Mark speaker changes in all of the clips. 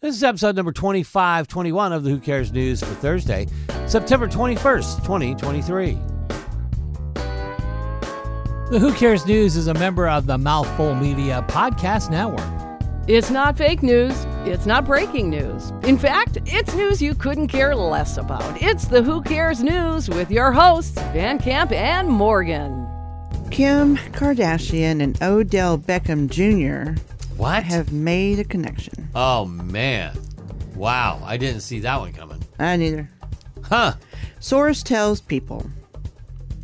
Speaker 1: This is episode number 2521 of the Who Cares News for Thursday, September 21st, 2023. The Who Cares News is a member of the Mouthful Media Podcast Network.
Speaker 2: It's not fake news. It's not breaking news. In fact, it's news you couldn't care less about. It's the Who Cares News with your hosts, Van Camp and Morgan.
Speaker 3: Kim Kardashian and Odell Beckham Jr.
Speaker 1: What?
Speaker 3: have made a connection.
Speaker 1: oh, man. Wow. I didn't see that one coming.
Speaker 3: I neither.
Speaker 1: Huh.
Speaker 3: Source tells people.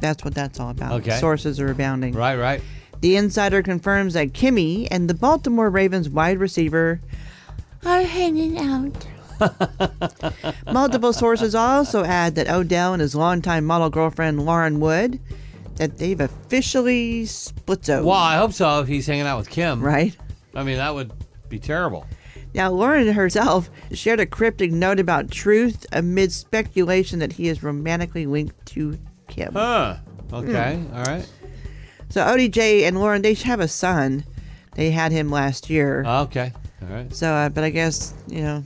Speaker 3: That's what that's all about.
Speaker 1: Okay.
Speaker 3: Sources are abounding.
Speaker 1: Right, right.
Speaker 3: The insider confirms that Kimmy and the Baltimore Ravens wide receiver are hanging out. Multiple sources also add that Odell and his longtime model girlfriend Lauren Wood that they've officially split up.
Speaker 1: Well, I hope so if he's hanging out with Kim.
Speaker 3: Right.
Speaker 1: I mean, that would be terrible.
Speaker 3: Now, Lauren herself shared a cryptic note about truth amid speculation that he is romantically linked to Kim.
Speaker 1: Huh. Okay.
Speaker 3: Hmm.
Speaker 1: All right.
Speaker 3: So, ODJ and Lauren, they have a son. They had him last year.
Speaker 1: Okay. All right.
Speaker 3: so, uh, but I guess, you know,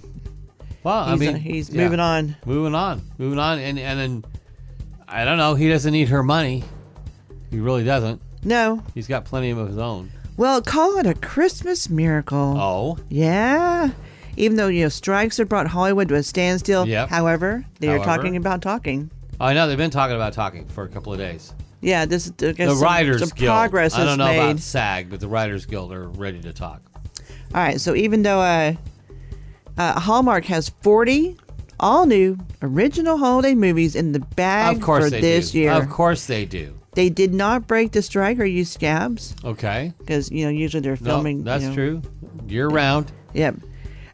Speaker 1: Well,
Speaker 3: he's,
Speaker 1: I mean,
Speaker 3: uh, he's
Speaker 1: yeah.
Speaker 3: moving on.
Speaker 1: moving on, moving on, and and then I don't know. He doesn't need her money. He really doesn't.
Speaker 3: No.
Speaker 1: He's got plenty of his own.
Speaker 3: Well, call it a Christmas miracle.
Speaker 1: Oh,
Speaker 3: Yeah. Even though, you know, strikes have brought Hollywood to a standstill.
Speaker 1: Yep.
Speaker 3: However, they are
Speaker 1: However.
Speaker 3: talking about talking.
Speaker 1: I know they've been talking about talking for a couple of days.
Speaker 3: Yeah, this is I guess
Speaker 1: The
Speaker 3: some,
Speaker 1: Writers
Speaker 3: some
Speaker 1: Guild.
Speaker 3: progress
Speaker 1: I
Speaker 3: is
Speaker 1: don't know
Speaker 3: made.
Speaker 1: about SAG, but the Writers Guild are ready to talk.
Speaker 3: All right, so even though uh, uh, Hallmark has 40 all new original holiday movies in the bag
Speaker 1: of course
Speaker 3: for
Speaker 1: they
Speaker 3: this
Speaker 1: do.
Speaker 3: year,
Speaker 1: Of course they do.
Speaker 3: they did not break the strike or use scabs
Speaker 1: Okay.
Speaker 3: because you know usually they're
Speaker 1: No,
Speaker 3: filming. you
Speaker 1: that's
Speaker 3: know.
Speaker 1: true. Year round.
Speaker 3: Yep.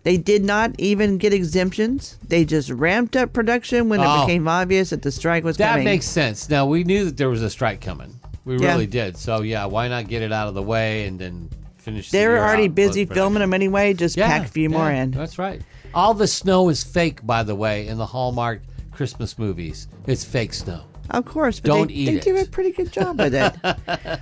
Speaker 3: They did not even get exemptions. They just ramped up production when
Speaker 1: Oh.
Speaker 3: it became obvious that the strike was
Speaker 1: That
Speaker 3: coming.
Speaker 1: makes sense. Now we knew that there was a strike coming. We
Speaker 3: Yeah.
Speaker 1: really did. So yeah, why not get it out of the way and then finish? the
Speaker 3: they were
Speaker 1: year
Speaker 3: already
Speaker 1: out
Speaker 3: busy
Speaker 1: with production?
Speaker 3: filming them anyway. Just
Speaker 1: Yeah,
Speaker 3: pack a few more
Speaker 1: yeah,
Speaker 3: in.
Speaker 1: That's right. All the snow is fake, by the way, in the Hallmark Christmas movies. It's fake snow.
Speaker 3: Of course, but
Speaker 1: Don't
Speaker 3: they,
Speaker 1: eat
Speaker 3: they do
Speaker 1: it.
Speaker 3: a pretty good job with it.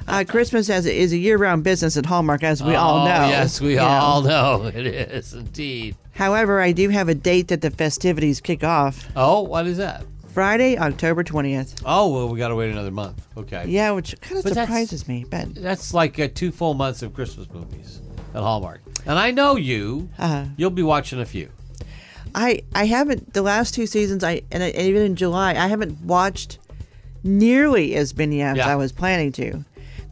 Speaker 3: uh, Christmas as is a year-round business at Hallmark, as we all
Speaker 1: Oh,
Speaker 3: know.
Speaker 1: Yes, we
Speaker 3: you know.
Speaker 1: all know it is indeed.
Speaker 3: However, I do have a date that the festivities kick off
Speaker 1: Oh, what is that?
Speaker 3: Friday, October 20th.
Speaker 1: Oh, well, we got to wait another month. Okay.
Speaker 3: Yeah, which kind of
Speaker 1: But that's-
Speaker 3: surprises me, but
Speaker 1: That's like uh, two full months of Christmas movies at Hallmark. And I know you.
Speaker 3: Uh-huh.
Speaker 1: You'll be watching a few.
Speaker 3: I I haven't the last two seasons I and, I- and even in July I haven't watched nearly as many as
Speaker 1: Yeah.
Speaker 3: I was planning to.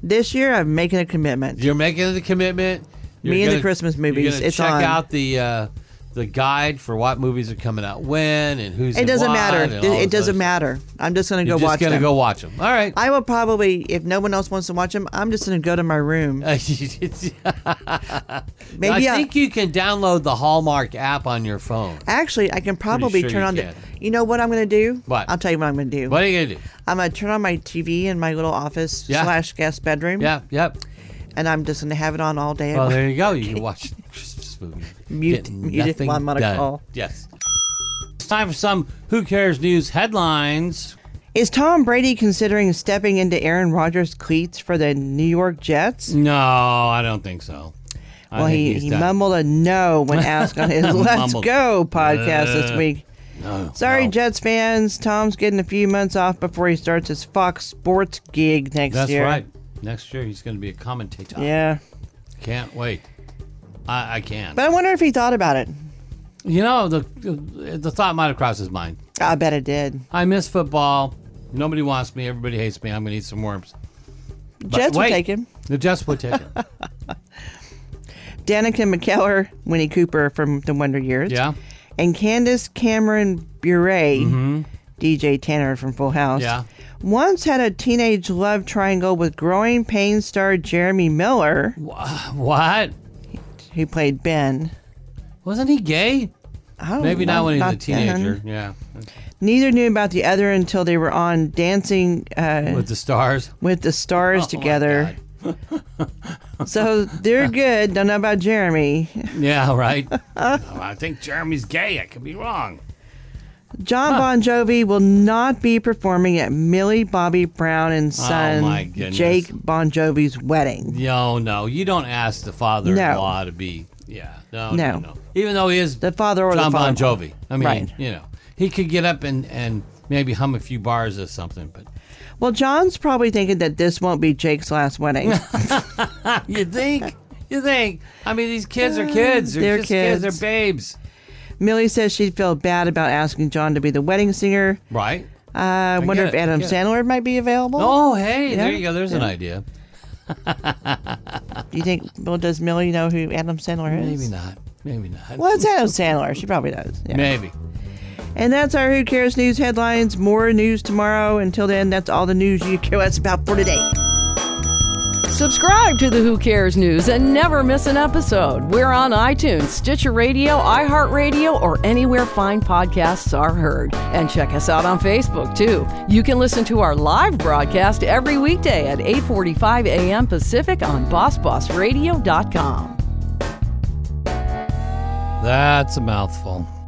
Speaker 3: This year I'm making a commitment.
Speaker 1: You're making the commitment. You're
Speaker 3: Me and the Christmas movies,
Speaker 1: You're gonna
Speaker 3: it's
Speaker 1: check
Speaker 3: on.
Speaker 1: out the uh, the guide for what movies are coming out when and who's.
Speaker 3: it
Speaker 1: in
Speaker 3: doesn't
Speaker 1: what
Speaker 3: matter.
Speaker 1: and
Speaker 3: It,
Speaker 1: all
Speaker 3: it
Speaker 1: this other
Speaker 3: doesn't
Speaker 1: stuff.
Speaker 3: matter. I'm just gonna go
Speaker 1: You're just
Speaker 3: watch
Speaker 1: gonna
Speaker 3: them.
Speaker 1: go watch them. All right.
Speaker 3: I will probably, if no one else wants to watch them, I'm just gonna go to my
Speaker 1: Uh,
Speaker 3: room. Maybe
Speaker 1: I
Speaker 3: I-
Speaker 1: think you can download the Hallmark app on your phone.
Speaker 3: Actually, I can probably
Speaker 1: sure
Speaker 3: turn
Speaker 1: you
Speaker 3: on
Speaker 1: can.
Speaker 3: the. You know what I'm gonna do?
Speaker 1: What?
Speaker 3: I'll tell you what I'm gonna do.
Speaker 1: What are you gonna do?
Speaker 3: I'm gonna turn on my TV in my little office
Speaker 1: Yeah.
Speaker 3: slash guest bedroom.
Speaker 1: Yeah, yep.
Speaker 3: And I'm just gonna have it on all day.
Speaker 1: Well, there you go. You can watch Christmas movies.
Speaker 3: Mute-
Speaker 1: Get
Speaker 3: mute it
Speaker 1: nothing
Speaker 3: while I'm on a
Speaker 1: done.
Speaker 3: call.
Speaker 1: Yes. It's time for some Who Cares News headlines.
Speaker 3: Is Tom Brady considering stepping into Aaron Rodgers' cleats for the New York Jets?
Speaker 1: No, I don't think so. I
Speaker 3: Well,
Speaker 1: think
Speaker 3: he,
Speaker 1: he's
Speaker 3: he
Speaker 1: done.
Speaker 3: mumbled a no when asked on his Let's
Speaker 1: Mumbled.
Speaker 3: Go podcast this
Speaker 1: Uh,
Speaker 3: week.
Speaker 1: No,
Speaker 3: Sorry,
Speaker 1: no.
Speaker 3: Jets fans. Tom's getting a few months off before he starts his Fox Sports gig next
Speaker 1: That's
Speaker 3: year.
Speaker 1: right. Next year he's going to be a commentator.
Speaker 3: Yeah.
Speaker 1: Can't wait. I, I can.
Speaker 3: But I wonder if he thought about it.
Speaker 1: you know, the the thought might have crossed his mind.
Speaker 3: I bet it did.
Speaker 1: I miss football. Nobody wants me. Everybody hates me. I'm going to eat some worms. But
Speaker 3: Jets
Speaker 1: wait.
Speaker 3: will take him.
Speaker 1: The Jets would take him.
Speaker 3: Danica McKellar, Winnie Cooper from The Wonder Years.
Speaker 1: yeah.
Speaker 3: and Candace Cameron Bure, DJ Tanner from Full House,
Speaker 1: Mm-hmm. Yeah.
Speaker 3: once had a teenage love triangle with growing pain star Jeremy Miller,
Speaker 1: Wha- What?
Speaker 3: who played Ben.
Speaker 1: Wasn't he gay?
Speaker 3: I don't
Speaker 1: Maybe not
Speaker 3: know,
Speaker 1: when he was a
Speaker 3: then.
Speaker 1: teenager. Yeah.
Speaker 3: Neither knew about the other until they were on Dancing uh,
Speaker 1: With the stars.
Speaker 3: with the Stars
Speaker 1: Oh my
Speaker 3: together. So they're good. Don't know about Jeremy.
Speaker 1: God. Yeah, right. Oh, I think Jeremy's gay. I could be wrong.
Speaker 3: John Bon Jovi will not be performing at Millie Bobby Brown and Son
Speaker 1: Oh, my goodness.
Speaker 3: Jake Bon Jovi's wedding.
Speaker 1: No, no. You don't ask the father in law to be Yeah. No, no.
Speaker 3: No.
Speaker 1: no. Even though he is
Speaker 3: The father or
Speaker 1: John
Speaker 3: the
Speaker 1: Bon
Speaker 3: father.
Speaker 1: Jovi. I mean,
Speaker 3: Right.
Speaker 1: you know, he could get up and, and maybe hum a few bars or something, but
Speaker 3: Well, John's probably thinking that this won't be Jake's last wedding.
Speaker 1: you think? You think? I mean, these kids are kids. They're,
Speaker 3: They're
Speaker 1: just kids.
Speaker 3: kids.
Speaker 1: They're babes.
Speaker 3: Millie says she felt bad about asking John to be the wedding singer.
Speaker 1: Right?
Speaker 3: Uh, I wonder
Speaker 1: get
Speaker 3: if
Speaker 1: it, I
Speaker 3: Adam
Speaker 1: get it.
Speaker 3: Sandler might be available.
Speaker 1: Oh, hey, there
Speaker 3: Yeah.
Speaker 1: you go. There's an idea.
Speaker 3: Do you think? Well, does Millie know who Adam Sandler is?
Speaker 1: Maybe not. Maybe not.
Speaker 3: Well, it's Adam Sandler. She probably does. Yeah.
Speaker 1: Maybe.
Speaker 3: And that's our Who Cares News headlines. More news tomorrow. Until then, that's all the news you care us about for today.
Speaker 2: Subscribe to the Who Cares News and never miss an episode. We're on iTunes, Stitcher Radio, iHeartRadio, or anywhere fine podcasts are heard. And check us out on Facebook too. You can listen to our live broadcast every weekday at 8:45 a.m. Pacific on BossBossRadio.com.
Speaker 1: That's a mouthful.